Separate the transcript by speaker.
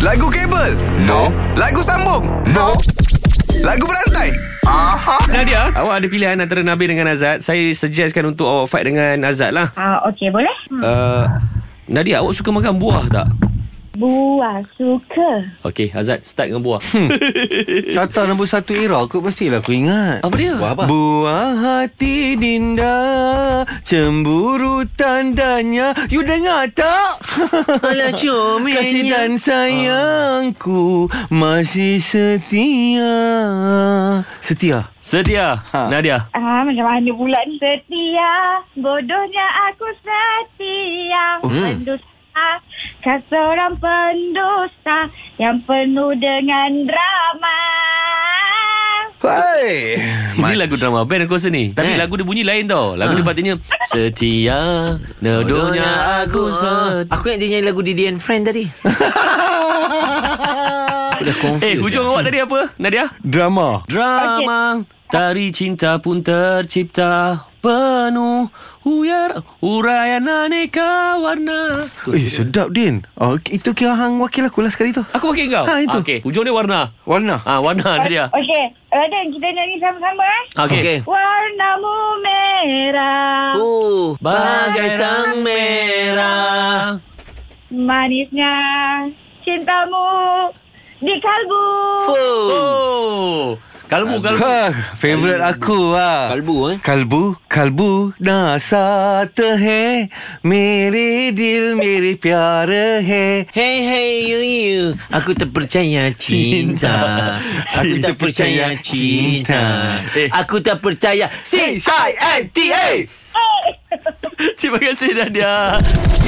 Speaker 1: Lagu kabel?
Speaker 2: No.
Speaker 1: Lagu sambung?
Speaker 2: No.
Speaker 1: Lagu berantai? Aha.
Speaker 3: Nadia Awak ada pilihan antara Nabil dengan Azad Saya suggestkan untuk awak fight dengan Azad lah
Speaker 4: Ah, okey boleh? Hmm.
Speaker 3: uh, Nadia awak suka makan buah tak?
Speaker 4: Buah suka.
Speaker 3: Okey Azad start dengan buah
Speaker 5: Carta nombor satu era kot Mestilah aku ingat
Speaker 3: Apa dia?
Speaker 2: Buah apa?
Speaker 5: Buah hati Dinda Cemburu tandanya You dengar tak?
Speaker 6: Alah, comelnya.
Speaker 5: Kasih dan sayangku Masih setia Setia
Speaker 3: Setia
Speaker 5: Ha.
Speaker 3: Nadia
Speaker 4: Ah, macam mana pula ni? Setia, bodohnya aku setia.
Speaker 5: Oh.
Speaker 4: Hmm. Pendusta, khas seorang pendusta yang penuh dengan drama.
Speaker 5: Hai
Speaker 3: Ini lagu drama band aku rasa ni Tapi
Speaker 6: Eh.
Speaker 3: lagu dia bunyi lain tau Lagu dia patutnya Setia Ha. Nodonya aku setia
Speaker 6: Aku ingat dia nyanyi lagu Didi and Friend tadi Aku dah confused
Speaker 3: Eh hujung awak tadi apa Nadia?
Speaker 5: Drama
Speaker 3: Drama Tari cinta pun tercipta Penuh Uyar Uraian aneka warna tu.
Speaker 5: Eh sedap Din oh, Itu kira hang wakil aku lah sekali tu
Speaker 3: Aku pakai kau
Speaker 5: Ha, itu.
Speaker 3: Okey hujung dia warna
Speaker 5: Warna
Speaker 3: Ah warna Nadia
Speaker 4: Okey, Raden kita nyanyi sama-sama eh.
Speaker 3: Okey okay.
Speaker 6: Okey.
Speaker 4: Warnamu merah,
Speaker 6: Oh Bagai sang merah
Speaker 4: manisnya cintamu di kalbu.
Speaker 6: Fuh.
Speaker 3: Oh Kalbu kalbu
Speaker 5: Ha, favorite aku lah
Speaker 6: Kalbu, eh?
Speaker 5: Kalbu Kalbu ना साथ है मेरे दिल मेरे प्यार है
Speaker 6: Hey hey you you Aku terpercaya cinta Aku tak percaya cinta
Speaker 3: Eh.
Speaker 6: Aku tak percaya C-I-N-T-A
Speaker 3: Terima kasih Nadia